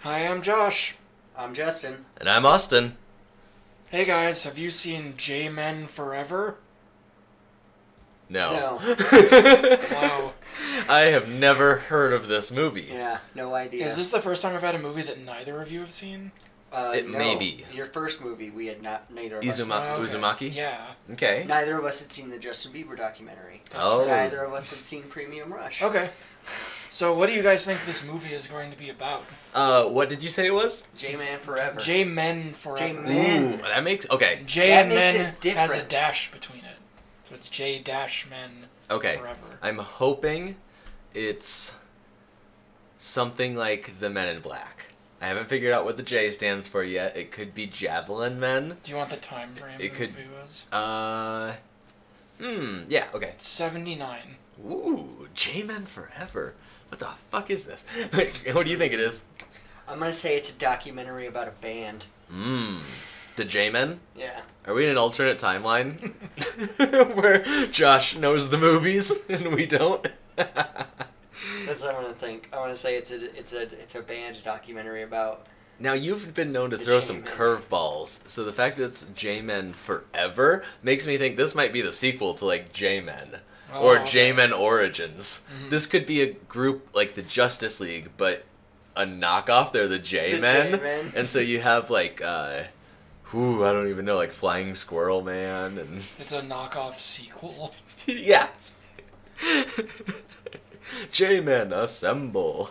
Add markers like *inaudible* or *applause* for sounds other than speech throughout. Hi, I'm Josh. I'm Justin. And I'm Austin. Hey guys, have you seen J Men Forever? No. No. *laughs* Wow. I have never heard of this movie. Yeah, no idea. Is this the first time I've had a movie that neither of you have seen? uh, It no. may be. Your first movie, we had not, neither of Izuma- us. Uh, Uzumaki? Oh, Yeah. Okay. Neither of us had seen the Justin Bieber documentary. That's Oh. right. Neither of us had seen Premium Rush. Okay. So, what do you guys think this movie is going to be about? Uh, what did you say it was? J Man Forever. J Men Forever. J-Men. Man. Ooh, that makes okay. J That and makes Men it has a different. dash between it, so it's J Dash Men Okay. Forever. I'm hoping it's something like the Men in Black. I haven't figured out what the J stands for yet. It could be Javelin Men. Do you want the time frame It the could- movie was? Uh, hmm. Yeah. Okay. Seventy nine. Ooh, J Men Forever. What the fuck is this? *laughs* what do you think it is? I'm gonna say it's a documentary about a band. Mmm. The J Men. Yeah. Are we in an alternate timeline *laughs* where Josh knows the movies and we don't? *laughs* That's what I'm gonna think. I wanna say it's a it's a it's a band documentary about now you've been known to The throw some J-Men. curveballs, so the fact that it's J-Men forever makes me think this might be the sequel to like J-Men Oh, or okay. Mm-hmm. J-Men Origins. This could be a group like the Justice League, but a knockoff. They're the J-Men, J-Men. and so you have like, uh, who I don't even know, like Flying Squirrel Man and. It's a knockoff sequel. *laughs* yeah. J-Men assemble.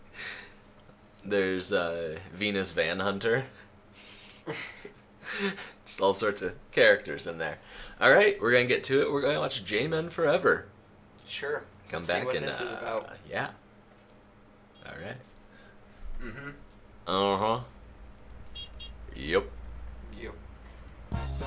*laughs* There's uh, Venus Van Hunter. *laughs* Just all sorts of characters in there. All right, we're gonna get to it. We're gonna watch J-Men Forever. sure. Come Let's back see what and this uh, is about. yeah. All right. Mm-hmm. Uh huh. Yep. Yep.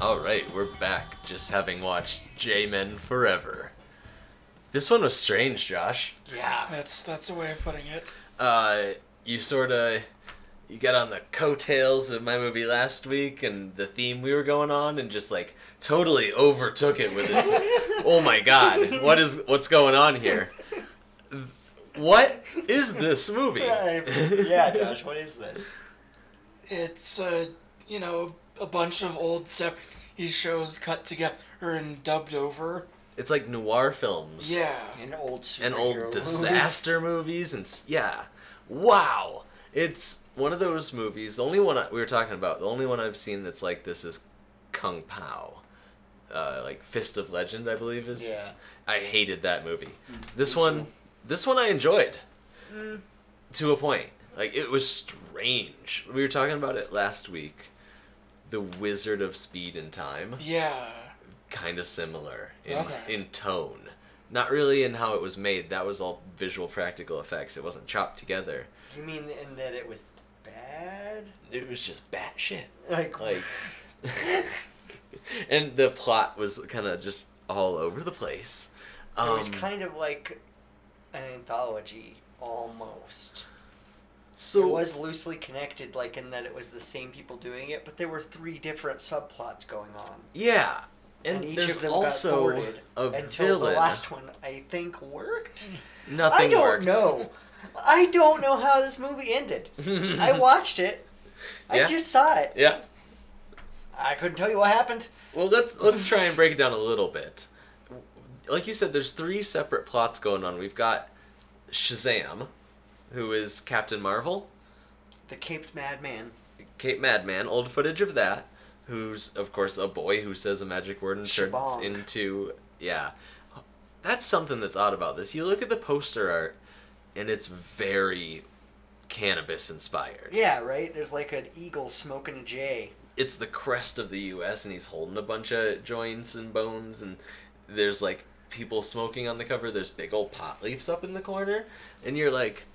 All right, we're back. Just having watched J-Men Forever. This one was strange, Josh. *laughs* Yeah. *laughs* That's that's a way of putting it. uh, you sort of you got on the coattails of my movie last week and the theme we were going on and just like totally overtook it with this *laughs* oh my god what is what's going on here what is this movie yeah, Josh. What is this? It's uh, you know a bunch of old '70s shows cut together and dubbed over. *laughs* it's like noir films Yeah. An old superhero and old movie. disaster movies and s- yeah wow it's one of those movies the only one I, we were talking about the only one i've seen that's like this is kung pao uh, like fist of legend i believe is *laughs* Yeah. Mm, i hated that movie this me one this one i enjoyed to a point like it was strange we were talking about it last week the wizard of speed and time Yeah. kind of similar in, Okay. in tone. Not really in how it was made. That was all visual practical effects. It wasn't chopped together. You mean in that it was bad? It was just batshit. Like, Like, *laughs* and the plot was kind of just all over the place. Um, it was kind of like an anthology almost. so it was loosely connected, like in that it was the same people doing it, but there were three different subplots going on, yeah, and, and each there's of them got also thwarted a until villain. the last one I think worked. Nothing I don't worked. *laughs* know. I don't know how this movie ended. *laughs* I watched it. I Yeah. just saw it. Yeah. I couldn't tell you what happened. Well, let's let's try and break it down a little bit. Like you said, there's three separate plots going on. We've got Shazam, who is Captain Marvel, The Caped Madman. Kate Madman, old footage of that, who's of course a boy who says a magic word and turns Shabong. into yeah. That's something that's odd about this. You look at the poster art, and it's very cannabis inspired. Yeah, right. There's like an eagle smoking a J. it's the crest of the U.S. and he's holding a bunch of joints and bones and there's like people smoking on the cover. There's big old pot leaves up in the corner, and you're like,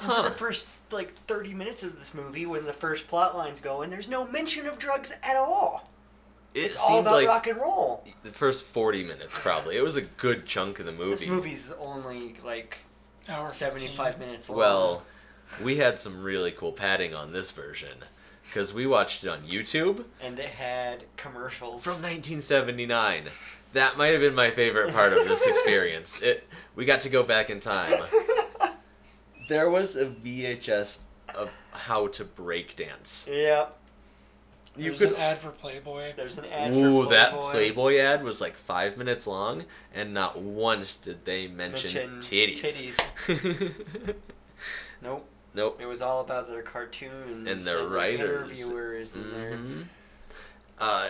And for the first like 30 minutes of this movie, when the first plot lines go in, there's no mention of drugs at all. It It's all seemed about like rock and roll. the first 40 minutes probably. It was a good chunk of the movie. This movie's only like Hour 75 15. minutes long. Well, we had some really cool padding on this version because we watched it on YouTube and it had commercials. from 1979. That might have been my favorite part of this experience. It we got to go back in time. There was a VHS of how to break dance. yeah, You There's could an ad for Playboy. there's an ad Ooh, for Playboy. that Playboy ad was like five minutes long, and not once did they mention Mention titties. *laughs* titties. Nope, nope. it was all about their cartoons And their writers. interviewers, and their Mhm. Uh,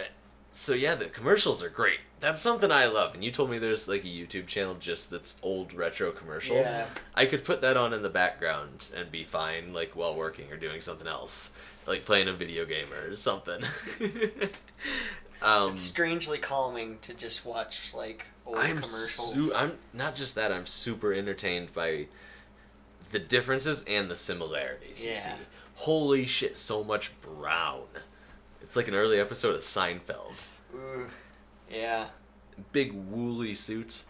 so yeah, the commercials are great. That's something I love. And you told me there's like a YouTube channel just that's old retro commercials. Yeah. I could put that on in the background and be fine, like while working or doing something else, like playing a video game or something. *laughs* um, It's strangely calming to just watch like old I'm commercials. su- I'm not just that. I'm super entertained by the differences and the similarities. You Yeah. see, holy shit, so much brown. It's like an early episode of Seinfeld. Ooh, yeah, Big woolly suits,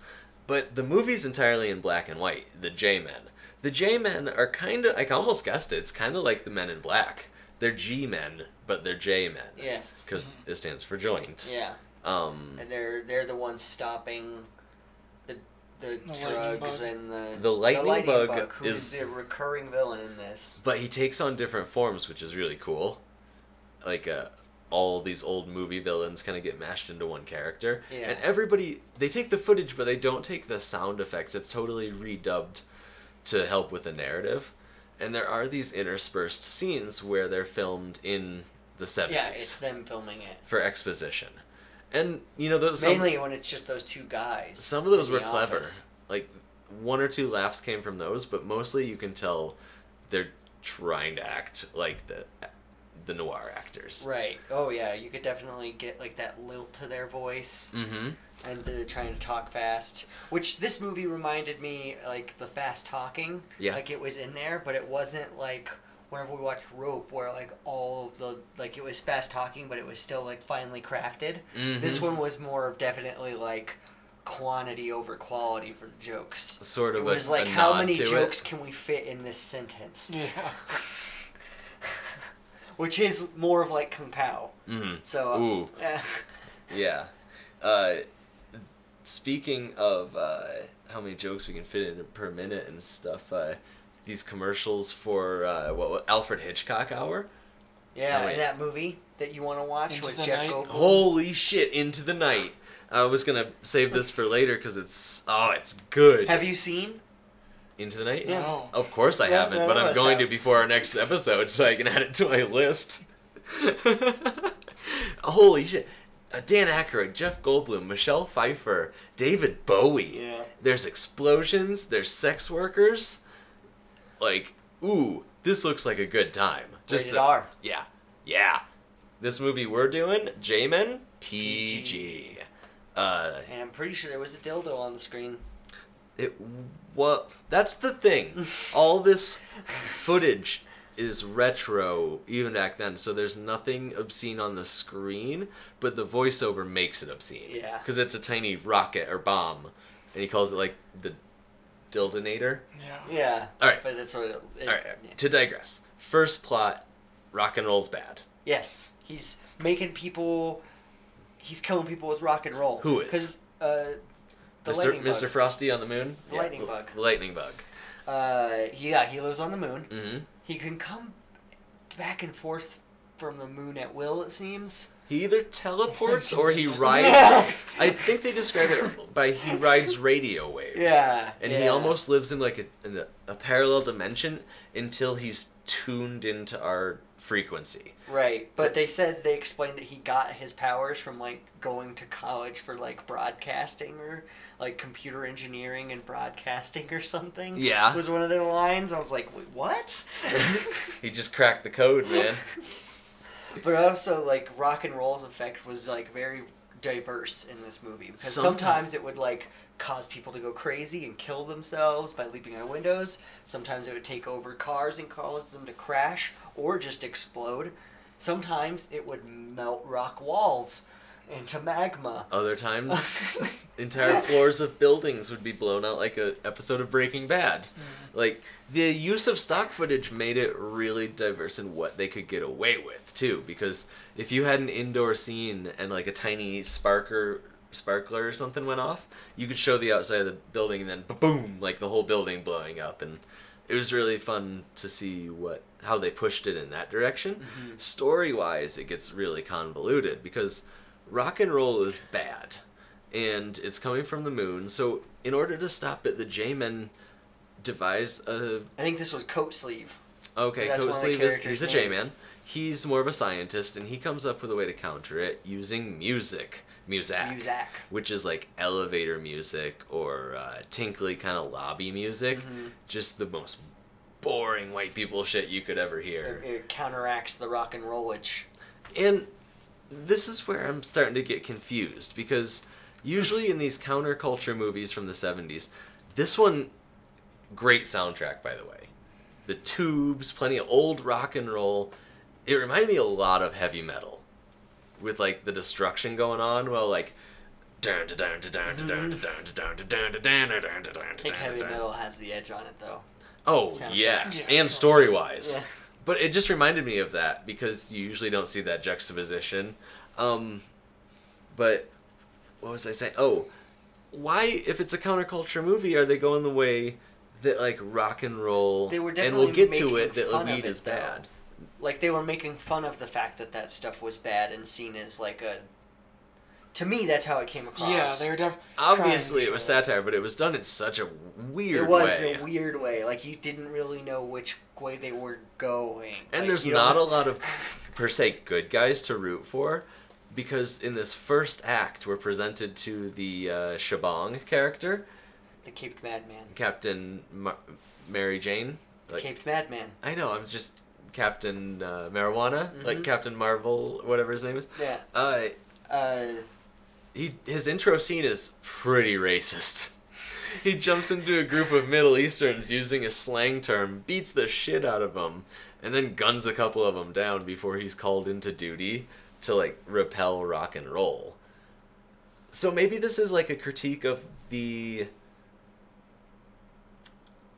but the movie's entirely in black and white. The J Men. The J Men are kind of like I almost guessed it. It's kind of like the Men in Black. They're G Men, but they're J Men yes, because it stands for joint. yeah, Um, and they're they're the ones stopping the the, lightning drugs bug. and the The lightning bug who is, is- the recurring villain in this. But he takes on different forms, which is really cool. Like uh, all these old movie villains kind of get mashed into one character, Yeah. and everybody they take the footage, but they don't take the sound effects. It's totally redubbed to help with the narrative. And there are these interspersed scenes where they're filmed in the seventies Yeah, it's them filming it. for exposition, and you know those Mainly when it's just those two guys. some of those in were the clever. office. Like one or two laughs came from those, but mostly you can tell they're trying to act like the the noir actors. Right. Oh yeah, you could definitely get like that lilt to their voice Mm-hmm. and they're trying to talk fast, which this movie reminded me like the fast talking. Yeah. Like it was in there, but it wasn't like whenever we watched Rope where like all of the like it was fast talking, but it was still like finely crafted. Mm-hmm. This one was more definitely like quantity over quality for the jokes. Sort It of a- was a like how nod many to it. jokes can we fit in this sentence? Yeah. Which is more of like Kung Pao. Mm-hmm. So *laughs* Ooh. eh. Yeah. Uh, speaking of uh, how many jokes we can fit in per minute and stuff, uh, these commercials for uh, what, what Alfred Hitchcock Hour. Yeah, Oh, wait. and that movie that you want to watch Into with the Jeff Night. Goldblum. Holy shit! Into the night. I was gonna save this for later because it's oh, it's good. Have you seen? Into the night? Yeah. No. Of course I Yeah, haven't, none but of I'm us going have. to before our next episode so I can add it to my list. *laughs* Holy shit. Uh, Dan Aykroyd, Jeff Goldblum, Michelle Pfeiffer, David Bowie. Yeah. There's explosions, there's sex workers. Like, ooh, this looks like a good time. Just Rated a- R. Yeah. Yeah. This movie we're doing, J-Men, PG. Uh, And I'm pretty sure there was a dildo on the screen. it what that's *laughs* the thing all this footage is retro even back then so there's nothing obscene on the screen but the voiceover makes it obscene Yeah. because it's a tiny rocket or bomb and he calls it like the dildonator Yeah. Yeah. All right. But that's what it. it all right all right. yeah. to digress first plot rock and roll's bad Yes, he's making people. He's killing people with rock and roll. Who is? Because uh, the mr lightning mr bug. frosty on the moon The lightning bug. the lightning bug uh, yeah, he lives on the moon. hmm He can come back and forth from the moon at will. It seems. He either teleports *laughs* or he rides. I think they describe it by he rides radio waves. Yeah, And he yeah. almost lives in like a, in a, a parallel dimension until he's tuned into our frequency. Right, but they said they explained that he got his powers from like going to college for like broadcasting or like computer engineering and broadcasting or something. Yeah. was one of their lines. I was like, wait, what? *laughs* He just cracked the code, man. but also, like rock and roll's effect was like very diverse in this movie because Sometime- sometimes it would like cause people to go crazy and kill themselves by leaping out of windows. Sometimes it would take over cars and cause them to crash or just explode. Sometimes it would melt rock walls into magma. Other times, entire floors of buildings would be blown out like a episode of Breaking Bad. Like the use of stock footage made it really diverse in what they could get away with too, because if you had an indoor scene and like a tiny sparker sparkler or something went off, you could show the outside of the building and then boom, like the whole building blowing up and it was really fun to see what how they pushed it in that direction. Story wise, it gets really convoluted because rock and roll is bad, and it's coming from the moon. So in order to stop it, the J-men devise a I think this was coat sleeve. Okay, That's Coat one of the Sleeve is characters' he's a names. J man. He's more of a scientist, and he comes up with a way to counter it using music, Muzak, Muzak. which is like elevator music or uh, tinkly kind of lobby music, Mm-hmm. just the most boring white people shit you could ever hear. It, it counteracts the rock and roll, which And this is where I'm starting to get confused because usually in these counterculture movies from the 70s, this one, great soundtrack, by the way. The tubes, plenty of old rock and roll. It reminded me a lot of heavy metal with like the destruction going on while like. I think heavy metal has the edge on it, though. Oh Soundtrack. yeah. Yeah. and story wise. Yeah. But it just reminded me of that because you usually don't see that juxtaposition. Um, but what was I saying? Oh, why if it's a counterculture movie are they going the way that like rock and roll They were and definitely we'll get to making it that fun of Levine it, is though. bad. Like they were making fun of the fact that that stuff was bad and seen as like a. To me, that's how it came across. Yeah, they were definitely. Obviously it was satire, but it was done in such a weird it was way. a weird way. Like you didn't really know which way they were going. And Like, there's you not a don't- lot of per se good guys to root for because in this first act we're presented to the uh, Shabong character, the caped madman. Captain Mar- Mary Jane. Like, caped madman. I know, I'm just Captain uh, Marijuana, like Captain Marvel, whatever his name is. Yeah. Uh, Uh, he his intro scene is pretty racist. *laughs* He jumps into a group of Middle Easterns using a slang term, beats the shit out of them, and then guns a couple of them down before he's called into duty to like repel rock and roll. So maybe this is like a critique of the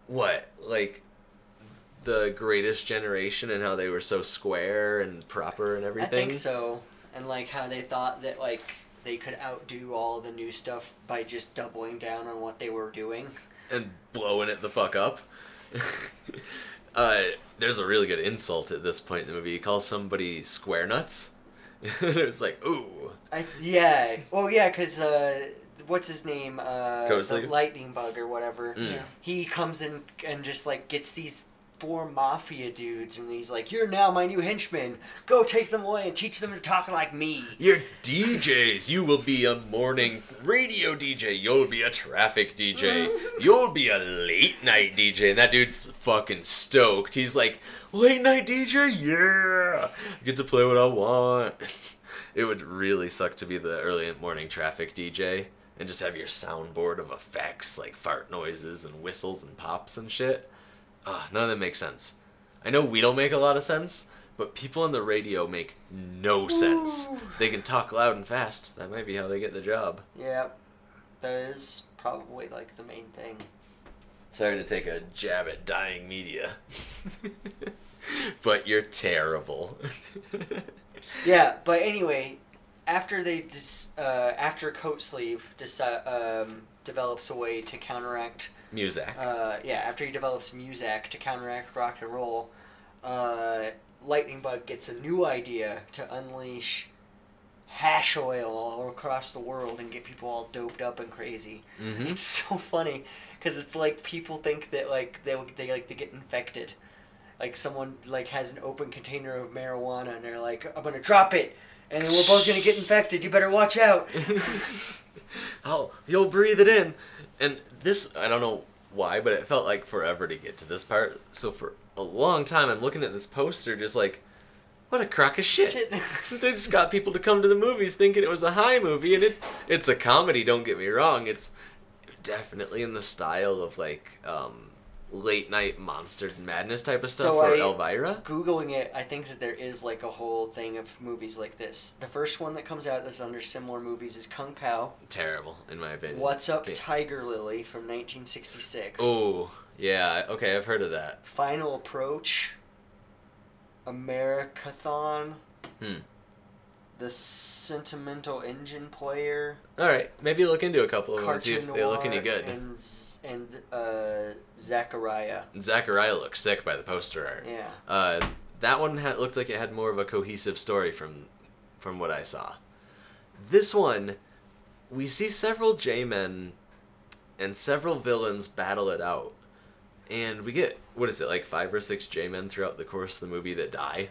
what? Like the greatest generation and how they were so square and proper and I everything. think so. And like how they thought that like they could outdo all the new stuff by just doubling down on what they were doing. and blowing it the fuck up. *laughs* uh, there's a really good insult at this point in the movie. He calls somebody square nuts. *laughs* it was like, ooh, I, yeah. Oh yeah, because uh, what's his name? Uh, Coat the Sleeve? lightning bug or whatever. Mm. Yeah. He comes in and just like gets these four mafia dudes, and he's like, "You're now my new henchmen. Go take them away and teach them to talk like me." you're DJs. You will be a morning radio DJ. You'll be a traffic DJ. You'll be a late night DJ. And that dude's fucking stoked. He's like, late night DJ? Yeah. I get to play what I want. *laughs* it would really suck to be the early morning traffic DJ and just have your soundboard of effects like fart noises and whistles and pops and shit. Ugh, Ah, none of that makes sense. I know we don't make a lot of sense, but people on the radio make no sense. They can talk loud and fast. That might be how they get the job. Yeah, that is probably like the main thing. Sorry to take a jab at dying media. *laughs* but you're terrible. *laughs* Yeah, but anyway, after they dis- uh, after Coat Sleeve deci- um, develops a way to counteract Muzak. uh, yeah, after he develops Muzak to counteract rock and roll, uh, Lightning Bug gets a new idea to unleash hash oil all across the world and get people all doped up and crazy. Mhm. *laughs* It's so funny because it's like people think that like they they like they get infected. Like someone like has an open container of marijuana and they're like, "I'm gonna drop it." And we're both gonna get infected. You better watch out. oh, you'll breathe it in. And this, I don't know why, but it felt like forever to get to this part. So for a long time, I'm looking at this poster, just like, what a crock of shit. *laughs* they just got people to come to the movies thinking it was a high movie, and it it's a comedy. Don't get me wrong. It's definitely in the style of like um, late night monster madness type of stuff So for I- Elvira. Googling it, I think that there is like a whole thing of movies like this. The first one that comes out that's under similar movies is Kung Pao. Terrible, in my opinion. What's Up Yeah. Tiger Lily from 1966. Oh, yeah. Okay, I've heard of that. Final Approach. Americathon. Hmm. The Sentimental Engine Player. All right, maybe look into a couple of them and see if Cartoon Oh, they look any Noir, good. And, s- and uh, Zachariah. Zachariah looks sick by the poster art. Yeah. Uh, that one had, looked like it had more of a cohesive story from from what I saw. This one, we see several J-men and several villains battle it out, and we get what is it like five or six J-men throughout the course of the movie that die.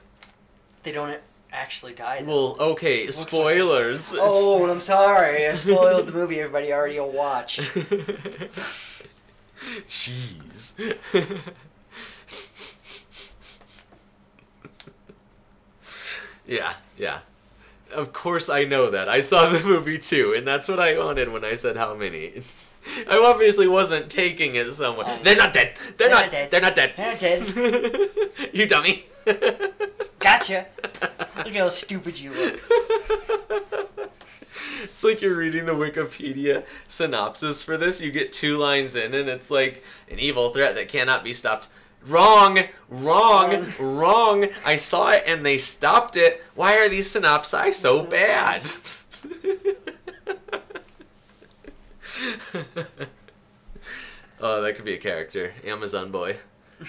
They don't actually die. Though. Well, okay, looks like- spoilers. Oh, I'm sorry. I spoiled the movie everybody already will watch. Jeez. yeah, yeah. Of course I know that. I saw the movie too, and that's what I wanted when I said how many. *laughs* I obviously wasn't taking it somewhere. Oh. They're not dead. They're, They're not, not dead. They're not dead. They're not dead. *laughs* you dummy. Gotcha. Look how stupid you look. It's like you're reading the Wikipedia synopsis for this. You get two lines in, and it's like an evil threat that cannot be stopped. Wrong, wrong, wrong. I saw it and they stopped it. Why are these synopsi so bad? *laughs* oh, that could be a character. Amazon boy. *laughs*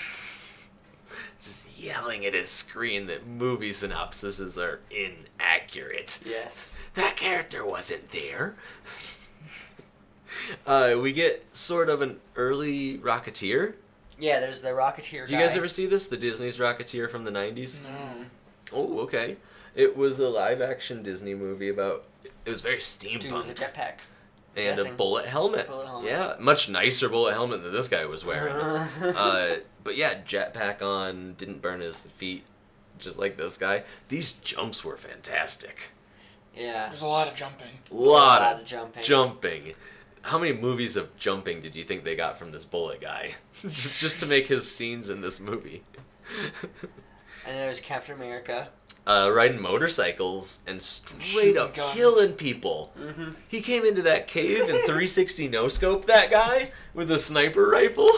Just yelling at his screen that movie synopsises are inaccurate Yes. that character wasn't there. *laughs* uh, we get sort of an early Rocketeer. Yeah, there's the Rocketeer Do you guy. Mm, guys ever see this? The Disney's Rocketeer from the 90s? No. Oh, okay. It was a live action Disney movie about. It was very Dude with a steampunk. jetpack. and guessing. a bullet helmet. Bullet helmet. Yeah, much nicer bullet helmet than this guy was *laughs* wearing. uh, but yeah, jetpack on, didn't burn his feet, just like this guy. These jumps were fantastic. yeah. There's a lot of jumping. lot, lot of of jumping. jumping. How many movies of jumping did you think they got from this bullet guy? *laughs* Just to make his scenes in this movie. *laughs* And then there's Captain America. Uh, riding motorcycles and straight Shooting up guns. killing people. He came into that cave and 360 no scope that guy with a sniper rifle.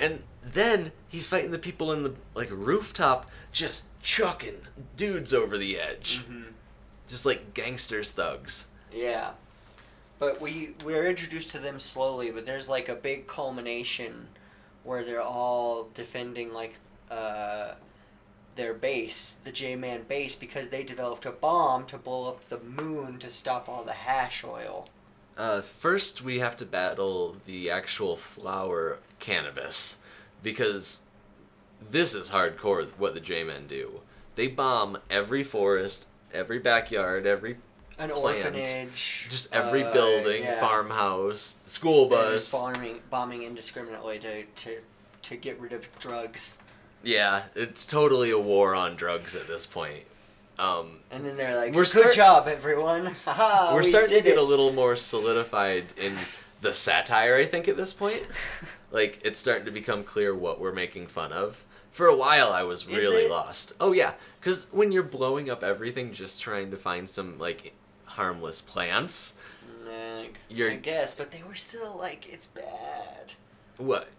And then he's fighting the people in the like rooftop, just chucking dudes over the edge. Just like gangsters thugs. Yeah. But we we're introduced to them slowly, but there's like a big culmination where they're all defending like uh, their base, the J-Man base, because they developed a bomb to blow up the moon to stop all the hash oil. Uh, first, we have to battle the actual flower cannabis because this is hardcore what the J men do. They bomb every forest, every backyard, every An Plant. orphanage, just every uh, building, yeah. farmhouse, school They're just bus. bombing, bombing indiscriminately to, to to get rid of drugs, yeah, it's totally a war on drugs at this point. Um, and then they're like, We're "Good start- job, everyone! *laughs* Haha, we're Uh, we starting to did get a it." *laughs* little more solidified in the satire i think at this point like it's starting to become clear what we're making fun of for a while i was Is really it? lost oh yeah because when you're blowing up everything just trying to find some like harmless plants Like, You're- I guess, but they were still like, it's bad. what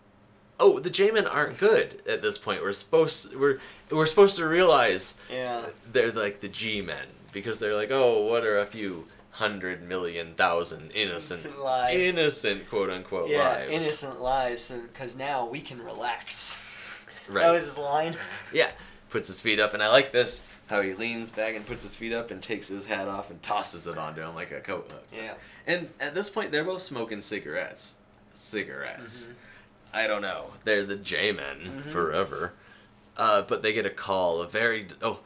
oh the j-men aren't good at this point we're supposed we're we're supposed to realize Yeah. they're like the G-men because they're like, oh, what are a few hundred million thousand innocent, Innocent lives. innocent quote unquote Yeah, lives. innocent lives, because now we can relax. *laughs* Right. That was his line. *laughs* Yeah. Puts his feet up, and I like this how he leans back and puts his feet up and takes his hat off and tosses it onto him like a coat hook. Yeah. And at this point, they're both smoking cigarettes. Cigarettes. I don't know. They're the J men forever. Uh, but they get a call. A very oh,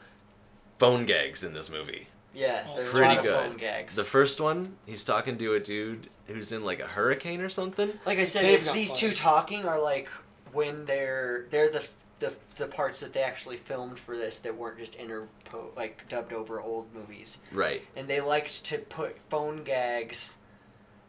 phone gags in this movie. Yeah, there were a pretty lot good. of phone gags. The first one, he's talking to a dude who's in like a hurricane or something. like I said, They've it's got these fun. two talking are like when they're they're the the, the parts that they actually filmed for this that weren't just interpo like dubbed over old movies, Right. and they liked to put phone gags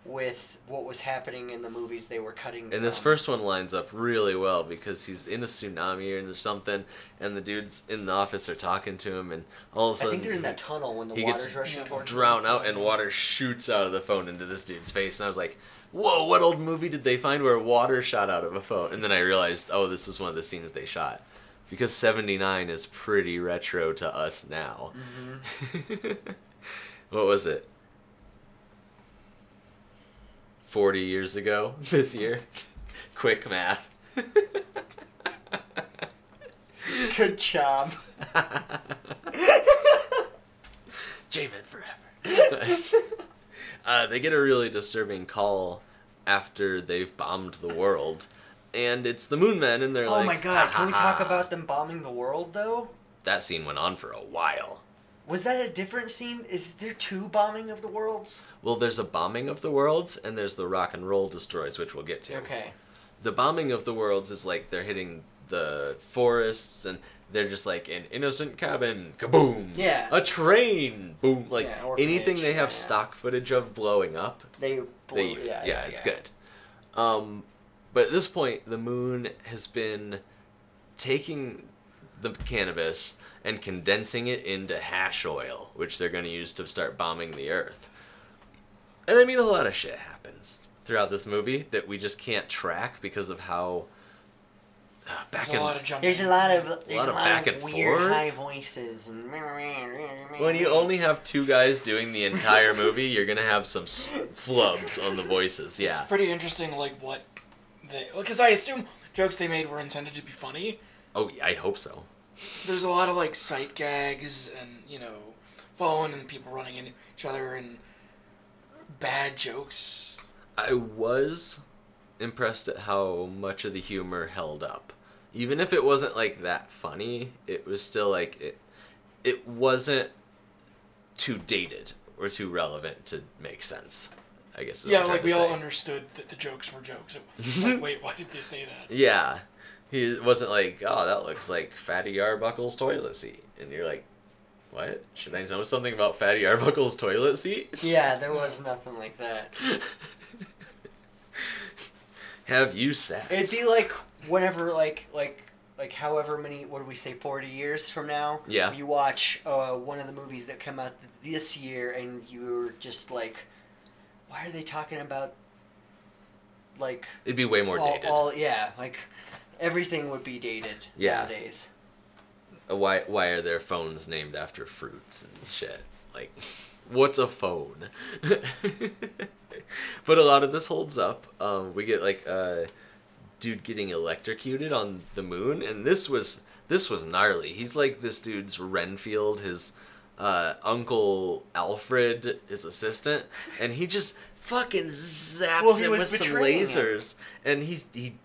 with what was happening in the movies they were cutting. And this first one lines up really well because he's in a tsunami or something, and the dudes in the office are talking to him, and all of a I sudden think they're in that tunnel when the he water's gets rushing towards. them. drown out and water shoots out of the phone into this dude's face and i was like whoa what old movie did they find where water shot out of a phone and then i realized oh this was one of the scenes they shot because 79 is pretty retro to us now *laughs* what was it 40 *laughs* years ago this year *laughs* quick math *laughs* *laughs* Good *laughs* job. Jamin forever. uh, they get a really disturbing call after they've bombed the world, and it's the Moon Men, and they're oh like, my god! Can we "Ha, ha, talk ha." about them bombing the world though? that scene? Went on for a while. Was that a different scene? Is there two bombing of the worlds? Well, there's a bombing of the worlds, and there's the rock and roll destroys, which we'll get to. Okay. the bombing of the worlds is like they're hitting the forests and they're just like an innocent cabin kaboom Yeah. a train boom like Yeah, orphanage, anything they have yeah. stock footage of blowing up They blew. they, yeah, it's good um but at this point the moon has been taking the cannabis and condensing it into hash oil which they're going to use to start bombing the earth and i mean a lot of shit happens throughout this movie that we just can't track because of how uh, back There's a in lot of jumping. There's a lot of there's lot a of lot back of and weird forth. high voices and when you only have two guys doing the entire movie you're going to have some s- flubs on the voices yeah It's pretty interesting, like what they. Because I assume jokes they made were intended to be funny. oh i hope so There's a lot of like sight gags and you know, phone and people running into each other and bad jokes. I was impressed at how much of the humor held up. Even if it wasn't like that funny, it was still like it it wasn't too dated or too relevant to make sense. I guess. Is yeah, what I'm like trying we to all say. understood that the jokes were jokes. So, *laughs* like, wait, why did they say that? Yeah. He wasn't like, oh, that looks like Fatty Arbuckle's toilet seat. And you're like, what? Should I know something about Fatty Arbuckle's toilet seat? *laughs* Yeah, there was nothing like that. Have you sat? It'd be like whenever, like, like, like, however many, what do we say, forty years from now? Yeah. You watch uh, one of the movies that come out th- this year, and you're just like, why are they talking about, like, It'd be way more all, dated. all- yeah, like, everything would be dated Yeah. nowadays. Uh, why why are their phones named after fruits and shit? Like, what's a phone? *laughs* but a lot of this holds up. Um, we get like a dude getting electrocuted on the moon, and this was this was gnarly. He's like this dude's Renfield, his uh, uncle Alfred, his assistant, and he just fucking zaps Well, he him was with some betraying him. lasers, and he's he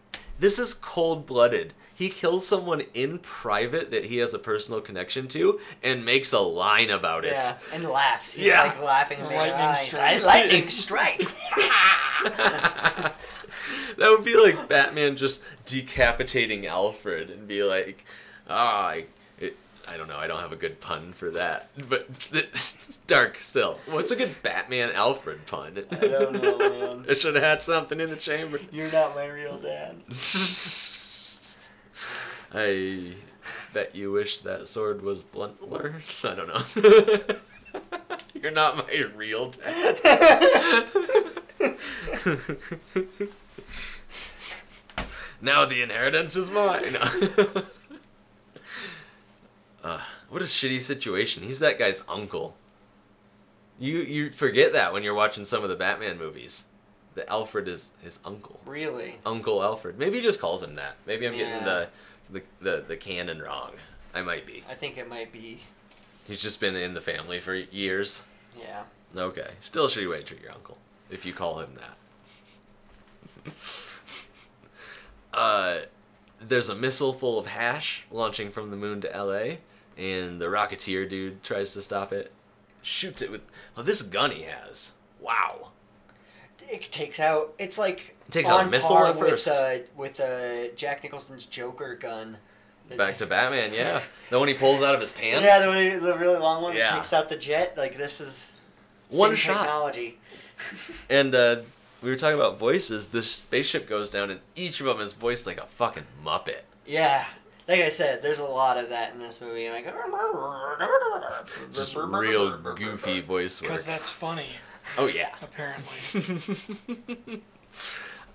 this is cold blooded. He kills someone in private that he has a personal connection to and makes a line about it. Yeah, and laughs. He's Yeah. like laughing. in The their lightning eyes. strikes. I- lightning *laughs* strikes. That would be like Batman just decapitating Alfred and be like, ah, I, it, I don't know, I don't have a good pun for that. But *laughs* dark still. What's a good Batman Alfred pun? I don't know, man. *laughs* I should have had something in the chamber. You're not my real dad. *laughs* I bet you wish that sword was bluntler. *laughs* I don't know. *laughs* You're not my real dad. *laughs* now the inheritance is mine. *laughs* uh, what a shitty situation. He's that guy's uncle. You you forget that when you're watching some of the Batman movies. That Alfred is his uncle. *laughs* Really? Uncle Alfred. Maybe he just calls him that. Maybe I'm getting Yeah. the, the the the canon wrong. I might be. I think it might be. He's just been in the family for years. Yeah. Okay. Still shitty way to treat your uncle if you call him that. *laughs* uh, there's a missile full of hash launching from the moon to L.A. and the Rocketeer dude tries to stop it. Shoots it with oh this gun he has. Wow. It takes out. It's like It takes out on a missile par at first. with uh, with uh, Jack Nicholson's Joker gun. The Back to jet- Batman, yeah. The one he pulls out of his pants. Yeah, the, way- the really long one that Yeah. takes out the jet. Like this is One same shot. technology. And uh, we were talking about voices. The spaceship goes down, and each of them is voiced like a fucking muppet. Yeah. Like I said, there's a lot of that in this movie. Like, Just real goofy voice work. uh, Because that's funny, oh yeah. *laughs* apparently.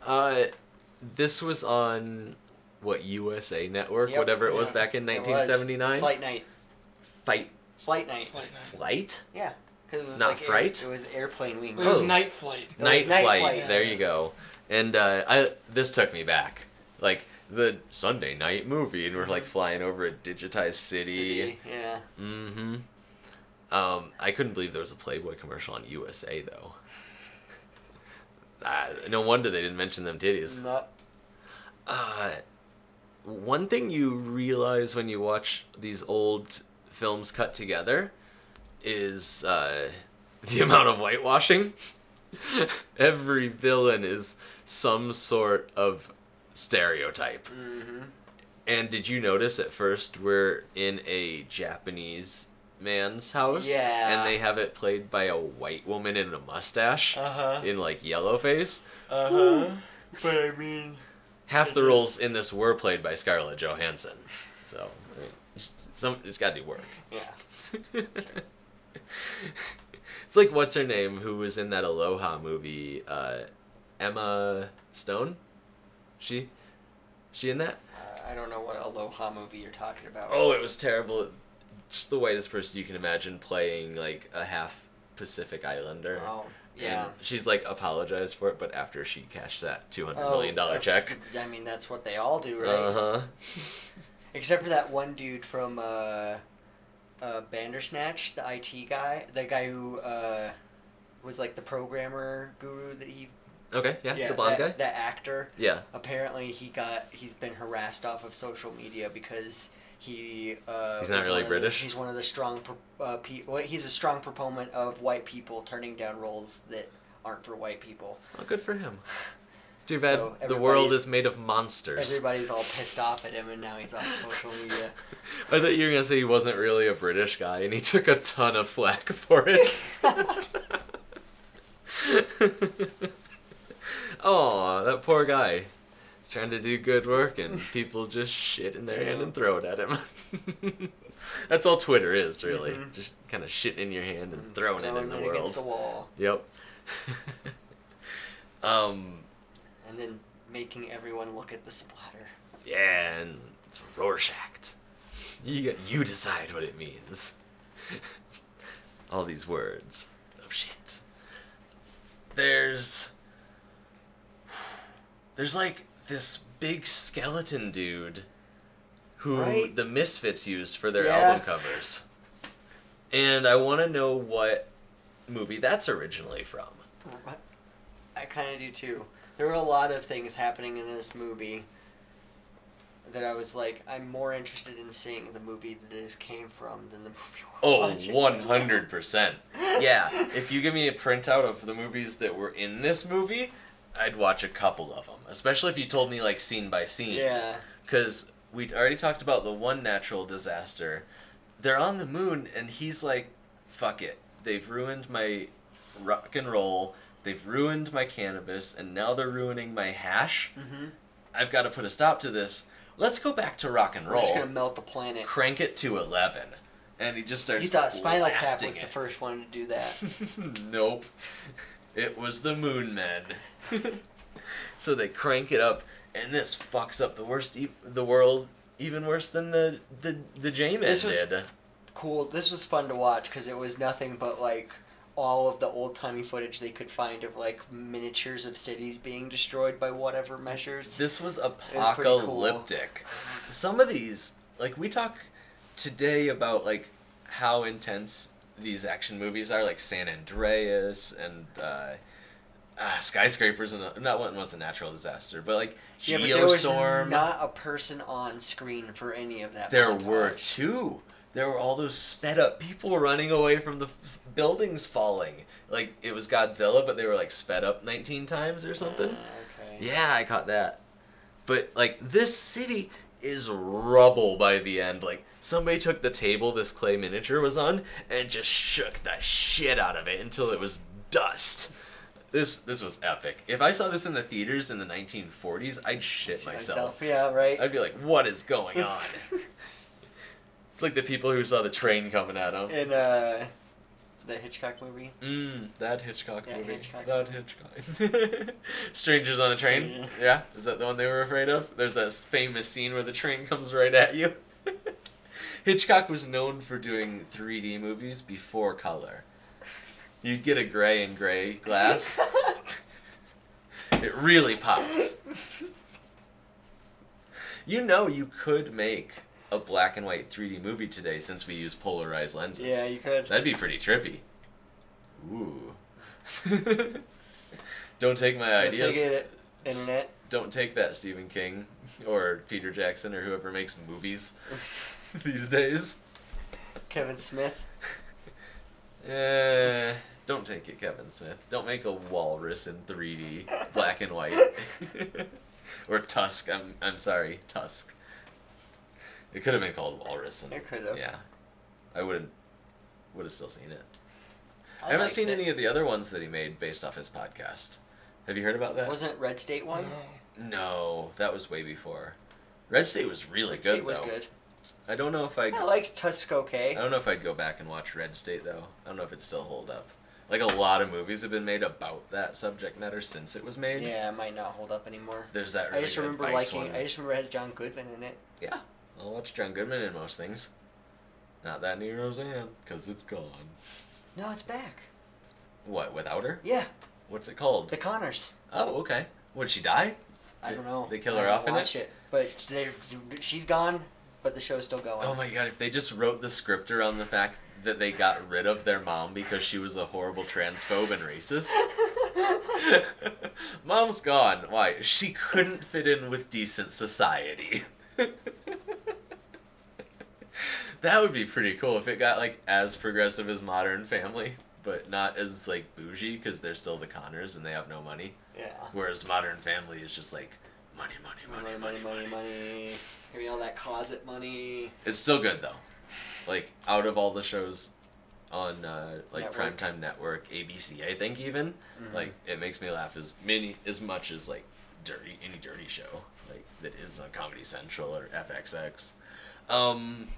Uh, this was on what USA Network, Yep. whatever it was Yeah. back in It was 1979. Flight night. Fight, Flight night. Flight night. flight, Yeah. 'Cause it was Not like air- fright? it was airplane wing. It was Oh. night flight. was night, Night flight. Flight. There you go. And uh, I this took me back, like the Sunday night movie, and we're like flying over a digitized city. City, Yeah. Mm-hmm. Um, I couldn't believe there was a Playboy commercial on USA though. Ah, no wonder they didn't mention them titties. Not, Uh, one thing you realize when you watch these old films cut together is uh, the *laughs* amount of whitewashing. *laughs* Every villain is some sort of stereotype. mm-hmm. And did you notice at first we're in a Japanese man's house? Yeah. And they have it played by a white woman in a mustache Uh-huh. in like yellow face uh-huh. but I mean, half the It is- roles in this were played by Scarlett Johansson. So, I mean, some it's got to do work. *laughs* yeah. It's like what's her name who was in that Aloha movie, uh, Emma Stone. She, she in that? Uh, I don't know what Aloha movie you're talking about. Oh, it was terrible. Just the whitest person you can imagine playing like a half Pacific Islander. Oh, yeah. And she's like apologized for it, but after she cashed that two hundred million dollar Oh, that's- check. I mean, that's what they all do, *laughs* right? Uh huh. Except for that one dude from uh, uh, Bandersnatch, the IT guy, the guy who uh, was like the programmer guru that he. Okay, yeah, the blonde that, guy. That actor. yeah. Apparently, he got he's been harassed off of social media because he. Uh, He's not was really one of the- British? he's one of the strong. pro- Uh, pe- well, he's a strong proponent of white people turning down roles that aren't for white people. Well, good for *laughs* him. Too bad So the world everybody's- is made of monsters. Everybody's all pissed off *laughs* at him, and now he's on social media. I thought you were gonna say he wasn't really a British guy, and he took a ton of flack *laughs* for it. Oh, that poor guy, trying to do good work, and people just shit in their hand and throw it at him. *laughs* That's all Twitter is, really. Just kind of shitting in your hand and *laughs* throwing it in the Throwing world. Mm-hmm. against the wall. Yep. *laughs* um. and then making everyone look at the splatter. Yeah, and it's Rorschach. You got, you decide what it means. *laughs* All these words of shit. There's there's like this big skeleton dude who Right? the Misfits used for their Yeah. album covers. And I want to know what movie that's originally from. I kind of do too. There were a lot of things happening in this movie that I was like, I'm more interested in seeing the movie that this came from than the movie. we're Oh, watching. 100%. Yeah, if you give me a printout of the movies that were in this movie, I'd watch a couple of them. Especially if you told me, like, scene by scene. Yeah, Because we already talked about the one natural disaster. They're on the moon, and he's like, fuck it. They've ruined my rock and roll. They've ruined my cannabis, and now they're ruining my hash. mm-hmm. I've got to put a stop to this. Let's go back to rock and we're roll just gonna melt the planet. crank it to 11 and he just starts You thought Spinal Tap blasting was the it. first one to do *laughs* that? nope it was the moon men so they crank it up and this fucks up the worst e- the world even worse than the the the Jamin This was- did cool. This was fun to watch because it was nothing but like all of the old timey footage they could find of like miniatures of cities being destroyed by whatever measures. this was cool. apocalyptic some of these like we talk today about like how intense these action movies are like san andreas and uh, uh skyscrapers and not one was a natural disaster but like Yeah, but there was geostorm not a person on screen for any of that. there were montage. two there were all those sped up people running away from the f- s- buildings falling like it was godzilla but they were like sped up 19 times or something Ah, okay. yeah, I caught that. But like this city is rubble by the end. Like somebody took the table this clay miniature was on and just shook the shit out of it until it was dust. this this was epic. If I saw this in the theaters in the 1940s, I'd shit myself. Oh Yeah, right. I'd be like, "What is *laughs* going on?" it's like the people who saw the train coming at *laughs* them. In uh, the Hitchcock movie. Mm, that Hitchcock That movie. Hitchcock that Hitchcock. *laughs* Strangers on a train. Stranger. Yeah, is that the one they were afraid of? There's that famous scene where the train comes right at you. *laughs* Hitchcock was known for doing 3D movies before color. You'd get a gray and *laughs* gray glass. it really popped. You know, you could make a black and white 3D movie today since we use polarized lenses. yeah, you could. That'd be pretty trippy. Ooh. *laughs* Don't take my Don't ideas. Take it, internet. *laughs* Don't take that, Stephen King or Peter Jackson or whoever makes movies *laughs* these days. Kevin Smith. Eh, don't take it, Kevin Smith. Don't make a walrus in 3D, black and white. *laughs* or Tusk. I'm, I'm sorry, Tusk. It could have been called Walrus. And, It could have. Yeah. I would have would have still seen it. I, I haven't liked seen it. any of the other ones that he made based off his podcast. Have you heard about that? Wasn't Red State Oh. one? Mm-hmm. no, that was way before. Red State was really Red good State was though. good. I don't know if I'd I I like Tusk okay. don't know if I'd go back and watch Red State though. I don't know if it'd still hold up. Like a lot of movies have been made about that subject matter since it was made. Yeah, it might not hold up anymore. There's that really I just good remember Vice liking. one. I just remember it had John Goodman in it. Yeah. I'll watch John Goodman in most things. Not that new Roseanne, because it's gone. No, it's back. What, without her? Yeah, What's *laughs* it called? the Connors. Oh, okay. Would she die? I don't know. They kill I her didn't off in watch it? But they, she's gone. But the show's still going. Oh my *laughs* god, if they just wrote the script around the fact that they got rid of their mom because she was a horrible transphobe and racist. *laughs* Mom's gone. Why? She couldn't fit in with decent society. *laughs* that would be pretty cool if it got like as progressive as Modern Family, but not as like bougie because they're still the Connors and they have no money. *laughs* Yeah. Whereas Modern Family is just like money, money, money, money, money. money. money. Give me all that closet money. It's still good though. Like out of all the shows on uh, like Network. Mm-hmm. primetime network, ABC, I think even like it makes me laugh as many as much as like dirty any dirty show like that is on Comedy Central or FXX. Um,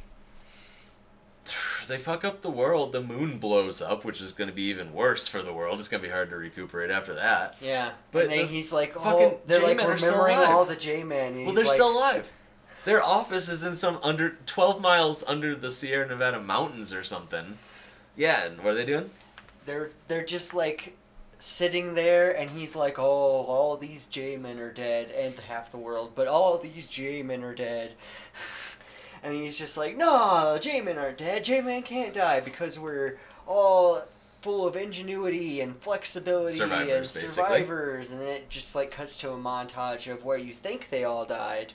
*sighs* they fuck up the world. The moon blows up, which is going to be even worse for the world. It's going to be hard to recuperate after that. Yeah. But But and then the he's like, fucking oh, they're like J-men are still remembering alive. all the J-men. Well, they're still alive. Their office is in some under twelve miles under the Sierra Nevada mountains or something. Yeah, and what are they doing? They're they're just like sitting there, and he's like, oh, all these J-men are dead, and half the world, but all these J-men are dead. *laughs* And he's just like, no, J-men aren't dead. J-men can't die because we're all full of ingenuity and flexibility and Survivors, basically. survivors. And then it just like cuts to a montage of where you think they all died.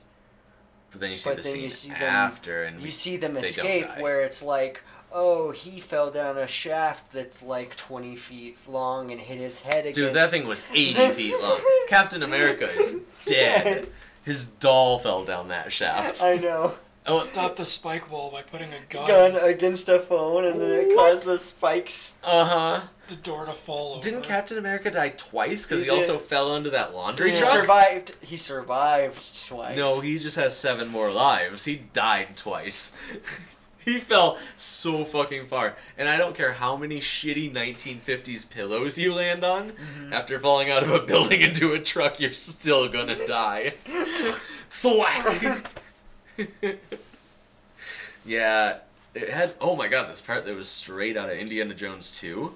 But then you see But the then scene you see them- after, and you we- see them they don't escape die. where it's like oh he fell down a shaft that's like 20 feet long and hit his head against dude, that thing was *laughs* eighty feet long. Captain America is dead. His doll fell down that shaft. i know Oh, Stop the spike wall by putting a gun, gun against a phone and then it What? caused the spikes Uh huh. the door to fall over. Didn't Captain America die twice? Because He he, also did. fell into that laundry he truck. survived he survived twice No, he just has seven more lives. He died twice. *laughs* he fell so fucking far. And I don't care how many shitty 1950s pillows you land on, after falling out of a *laughs* building into a truck, you're still gonna die. *laughs* Thwack! *laughs* yeah, it had. Oh my god, this part that was straight out of Indiana Jones 2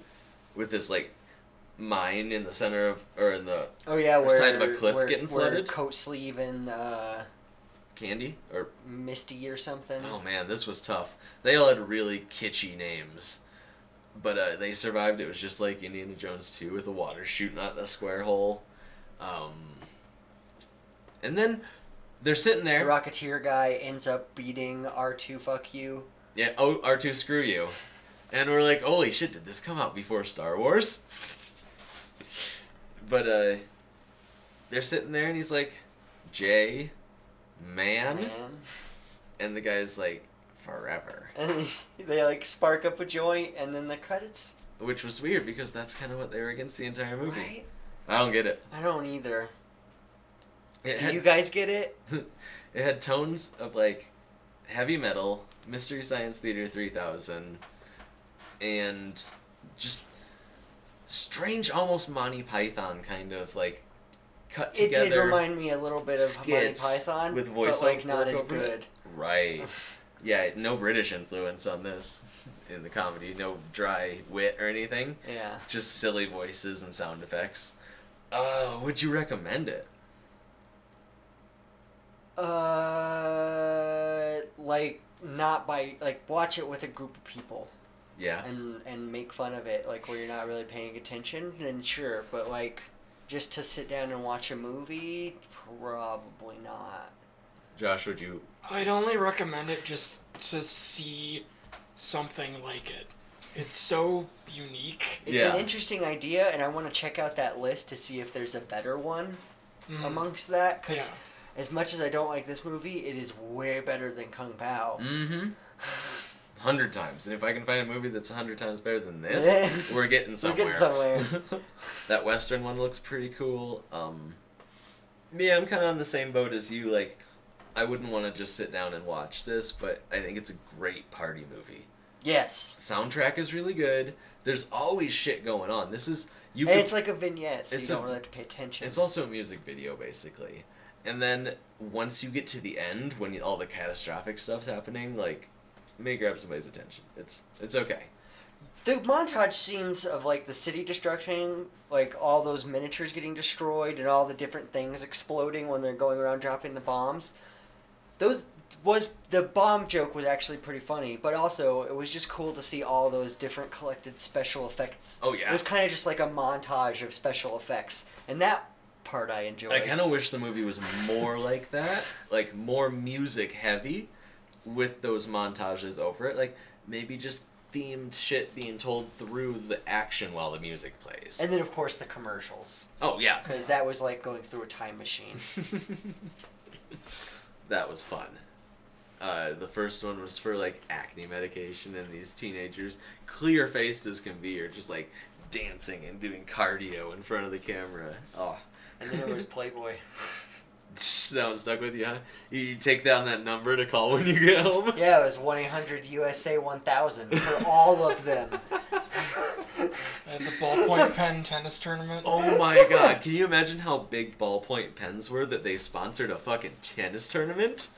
with this, like, mine in the center of. or in the oh yeah where side of a cliff where, getting where flooded? coat sleeve and uh, candy? Or misty or something Oh man, this was tough. They all had really kitschy names, but uh, they survived. It was just like Indiana Jones two with the water shooting out the square hole, um, and then they're sitting the there. rocketeer guy ends up beating r2 fuck you yeah, oh R two, screw you, and we're like, holy shit, did this come out before Star Wars? *laughs* but uh, they're sitting there, and he's like, Jay, man, man and the guy's like, forever. *laughs* and they like spark up a joint and then the credits which was weird because that's kind of what they were against the entire movie. Right? I don't get it. I don't either. It Do had, you guys get it? *laughs* it had tones of like heavy metal, Mystery Science Theater 3000, and just strange, almost Monty Python kind of like cut It together. did remind me a little bit of Monty skits Python, with but like voiceover not as over good. it. *laughs* Right. Yeah, no British influence on this in the comedy. No dry wit or anything. Yeah. Just silly voices and sound effects. Uh, would you recommend it? Uh, like not by like watch it with a group of people Yeah. and and make fun of it like where you're not really paying attention. Then sure, but like just to sit down and watch a movie, probably not. Josh, would you? I'd only recommend it just to see something like it. It's so unique. It's Yeah. an interesting idea, and I want to check out that list to see if there's a better one Mm-hmm. Mm. amongst that. Because as much as I don't like this movie, it is way better than Kung Pao. *sighs* Mm-hmm. Hundred times, and if I can find a movie that's a hundred times better *laughs* than this, we're getting We're somewhere. getting somewhere. *laughs* *laughs* that western one looks pretty cool. Um, yeah, I'm kind of on the same boat as you. Like, I wouldn't want to just sit down and watch this, but I think it's a great party movie. yes. Soundtrack is really good. There's always shit going on. This is you. And could- it's like a vignette, so it's you a- don't really have to pay attention. It's also a music video, basically. And then once you get to the end, when you, all the catastrophic stuff's happening, like, it may grab somebody's attention. It's it's okay. the montage scenes of like the city destruction, like all those miniatures getting destroyed and all the different things exploding when they're going around dropping the bombs. Those was the bomb joke was actually pretty funny, but also it was just cool to see all those different collected special effects. Oh, yeah. it was kind of just like a montage of special effects, and that part I enjoyed. I kind of wish the movie was more like that, like more music heavy, with those montages over it. Like maybe just themed shit being told through the action while the music plays. and then of course the commercials oh yeah, because that was like going through a time machine. that was fun. Uh, the first one was for like acne medication, and these teenagers, clear faced as can be, are just like dancing and doing cardio in front of the camera. Oh, And then there was Playboy. *laughs* that one stuck with you, huh? You- You take down that number to call when you get *laughs* home. Yeah, it was 1 800 USA 1000 for all of them. At the *laughs* ballpoint pen tennis tournament. Oh my god, can you imagine how big ballpoint pens were that they sponsored a fucking tennis tournament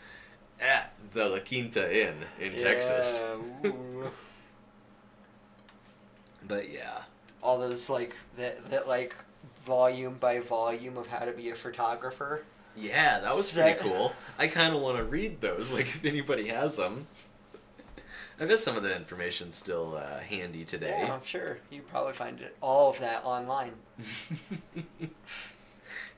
at the La Quinta Inn in Texas? Yeah, ooh. *laughs* But yeah. all those, like, that, that, like, volume by volume of how to be a photographer. Yeah, that was Set- pretty cool. I kind of want to read those, like if anybody has them. I guess some of that information's still uh, handy today. Yeah, I'm sure. You probably find it, all of that online. *laughs*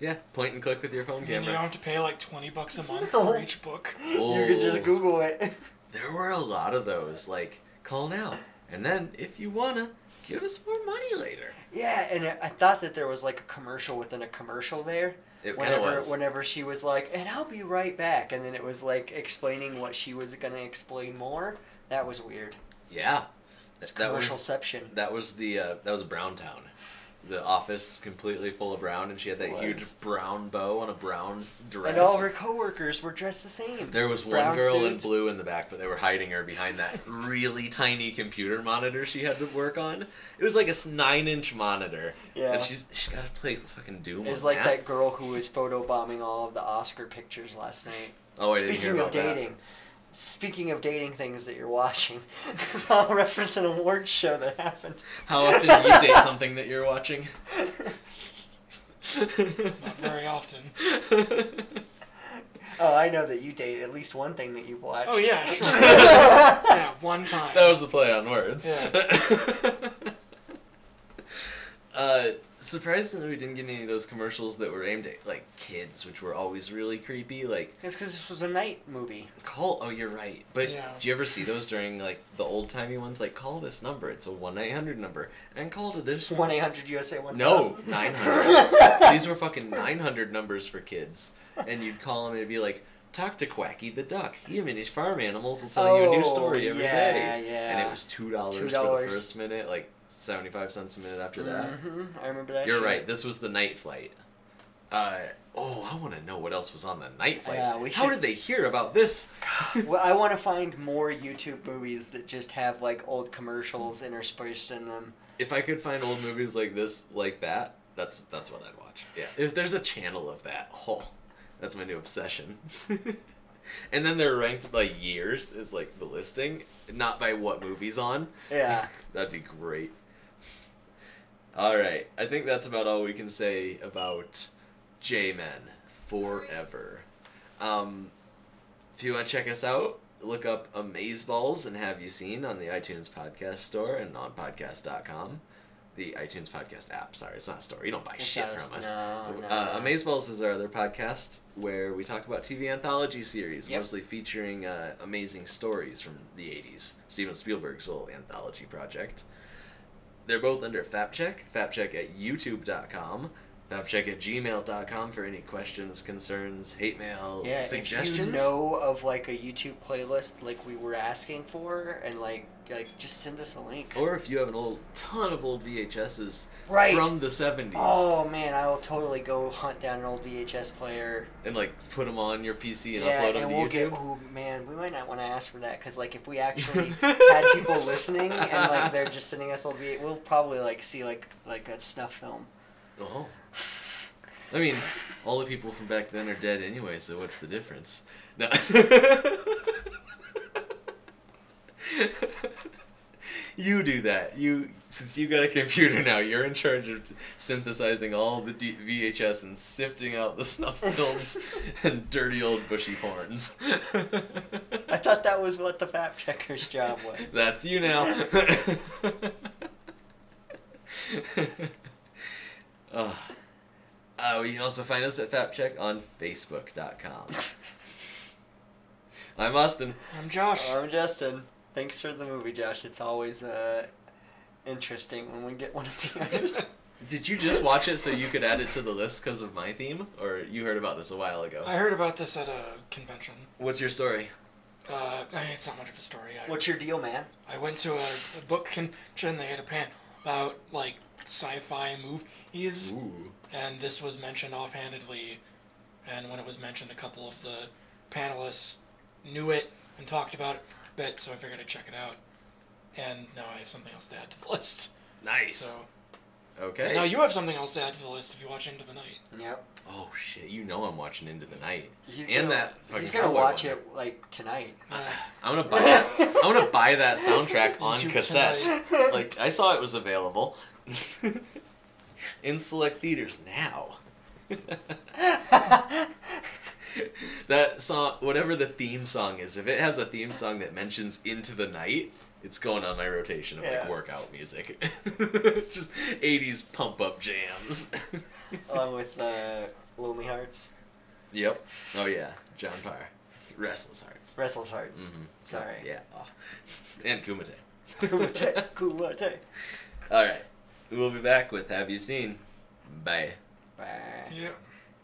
Yeah, point and click with your phone and then you camera. don't have to pay like 20 bucks a month for each book. You could Oh. just Google it. *laughs* There were a lot of those, like call now, and then if you wanna, give us more money later. Yeah, and I I thought that there was, like, a commercial within a commercial there. It kinda whenever, was. whenever she was like, and I'll be right back, and then it was like explaining what she was gonna explain more. That was weird. Yeah, It's Th- that was commercialception. that was the uh, that was Brown Town. The office completely full of brown, and she had that Was. huge brown bow on a brown dress. And all her coworkers were dressed the same. There was one Brown girl in suits. blue in the back, but they were hiding her *laughs* behind that really tiny computer monitor she had to work on. It was like a s- nine-inch monitor, Yeah. and she's she's got to play fucking Doom. It's on like that girl who was photobombing all of the Oscar pictures last night. Oh, I didn't speaking hear about of dating, speaking of dating things that you're watching, *laughs* I'll reference an award show that happened. *laughs* that. How often do you date something that you're watching? Not very often. Oh, I know that you date at least one thing that you watched. Oh, yeah, *laughs* sure. yeah, one time. That was the play on words. *laughs* uh, surprisingly, we didn't get any of those commercials that were aimed at like kids, which were always really creepy. Like It's because this was a night movie. call. Oh, you're right. But Yeah. do you ever see those during like the old timey ones? Like call this number. It's a one eight hundred number and call to this one. One eight hundred USA one. No, *laughs* nine hundred. These were fucking nine hundred numbers for kids, and you'd call them and it'd be like, talk to Quacky the duck. He and his farm animals will tell you a new Oh, story every day. yeah, yeah. And it was two dollars for the $2. first minute, like seventy five cents a minute after that. hmm I remember that. You're shit. right. This was the night flight. Uh, oh, I want to know what else was on the night flight. Yeah, we How should- did they hear about this? Well, I want to find more YouTube movies that just have like old commercials interspersed in them. if I could find old movies like this, like that, that's that's what I'd watch. Yeah. If there's a channel of that, *laughs* oh, that's my new obsession. *laughs* and then they're ranked by years is like the listing, not by what movies on. *laughs* Yeah. That'd be great. All right, I think that's about all we can say about J-Men forever. Um, if you want to check us out, look up Amazeballs and Have You Seen on the iTunes Podcast Store and on podcast.com. The iTunes Podcast app, sorry, it's not a store. You don't buy It's shit not a from s- us. no, no, uh, no. Amazeballs is our other podcast where we talk about TV anthology series, Yep. mostly featuring uh, amazing stories from the 80s, Steven Spielberg's little anthology project. They're both under FapCheck, FapCheck at youtube.com, FapCheck at gmail.com for any questions, concerns, hate mail, Yeah. suggestions. If you know of like a YouTube playlist like we were asking for, and like like just send us a link. Or if you have an old ton of old VHSs Right. from the 70s Oh man, I will totally go hunt down an old VHS player. and like put them on your PC and yeah, upload them and to we'll YouTube. get. Oh man, we might not want to ask for that because like if *laughs* we actually had people listening and like they're just sending us old V, we'll probably like see like like a snuff film. Oh. I mean, all the people from back then are dead anyway, so what's the difference? No. *laughs* you do that. You since you got a computer now, you're in charge of synthesizing all the D- VHS and sifting out the snuff films and dirty old bushy horns. I thought that was what the fact checker's job was. That's you now. *laughs* Ugh. Ah. uh, you can also find us at FapCheck on Facebook.com. I'm Austin. I'm Josh. *laughs* Uh, I'm Justin. Thanks for the movie, Josh. It's always uh, interesting when we get one of *laughs* the others. Did you just watch it so you could add it to the list because of my theme? Or you heard about this a while ago? I heard about this at a convention. What's your story? Uh, I mean, it's not much of a story. I, What's your deal, man? I went to a, a book convention. They had a panel about like sci-fi movies, Ooh. and this was mentioned offhandedly. And when it was mentioned, a couple of the panelists knew it and talked about it a bit, so I figured I'd check it out. And now I have something else to add to the list. Nice. So Okay. now you have something else to add to the list if you watch Into the *sighs* Night. Yep. oh, shit. You know I'm watching Into the Night. He's gonna, and that fucking He's gonna cowboy watch one. it like *laughs* tonight. Uh, I'm gonna buy. That, I'm gonna buy *laughs* that soundtrack on YouTube cassette. tonight. Like I saw it was available *laughs* in select theaters now. *laughs* that song, whatever the theme song is, if it has a theme song that mentions "Into the Night," it's going on my rotation of Yeah. like workout music, *laughs* just '80s pump *laughs* up jams. *laughs* Along with uh, Lonely Hearts. *laughs* yep. Oh yeah, John Parr, Restless Hearts. Wrestles Hearts. Mhm. Sorry. *laughs* Yeah. Oh. *laughs* And Kumite. *laughs* Kumite. Kumite. All right. We'll be back with Have You Seen? Bye. Bye. yeah.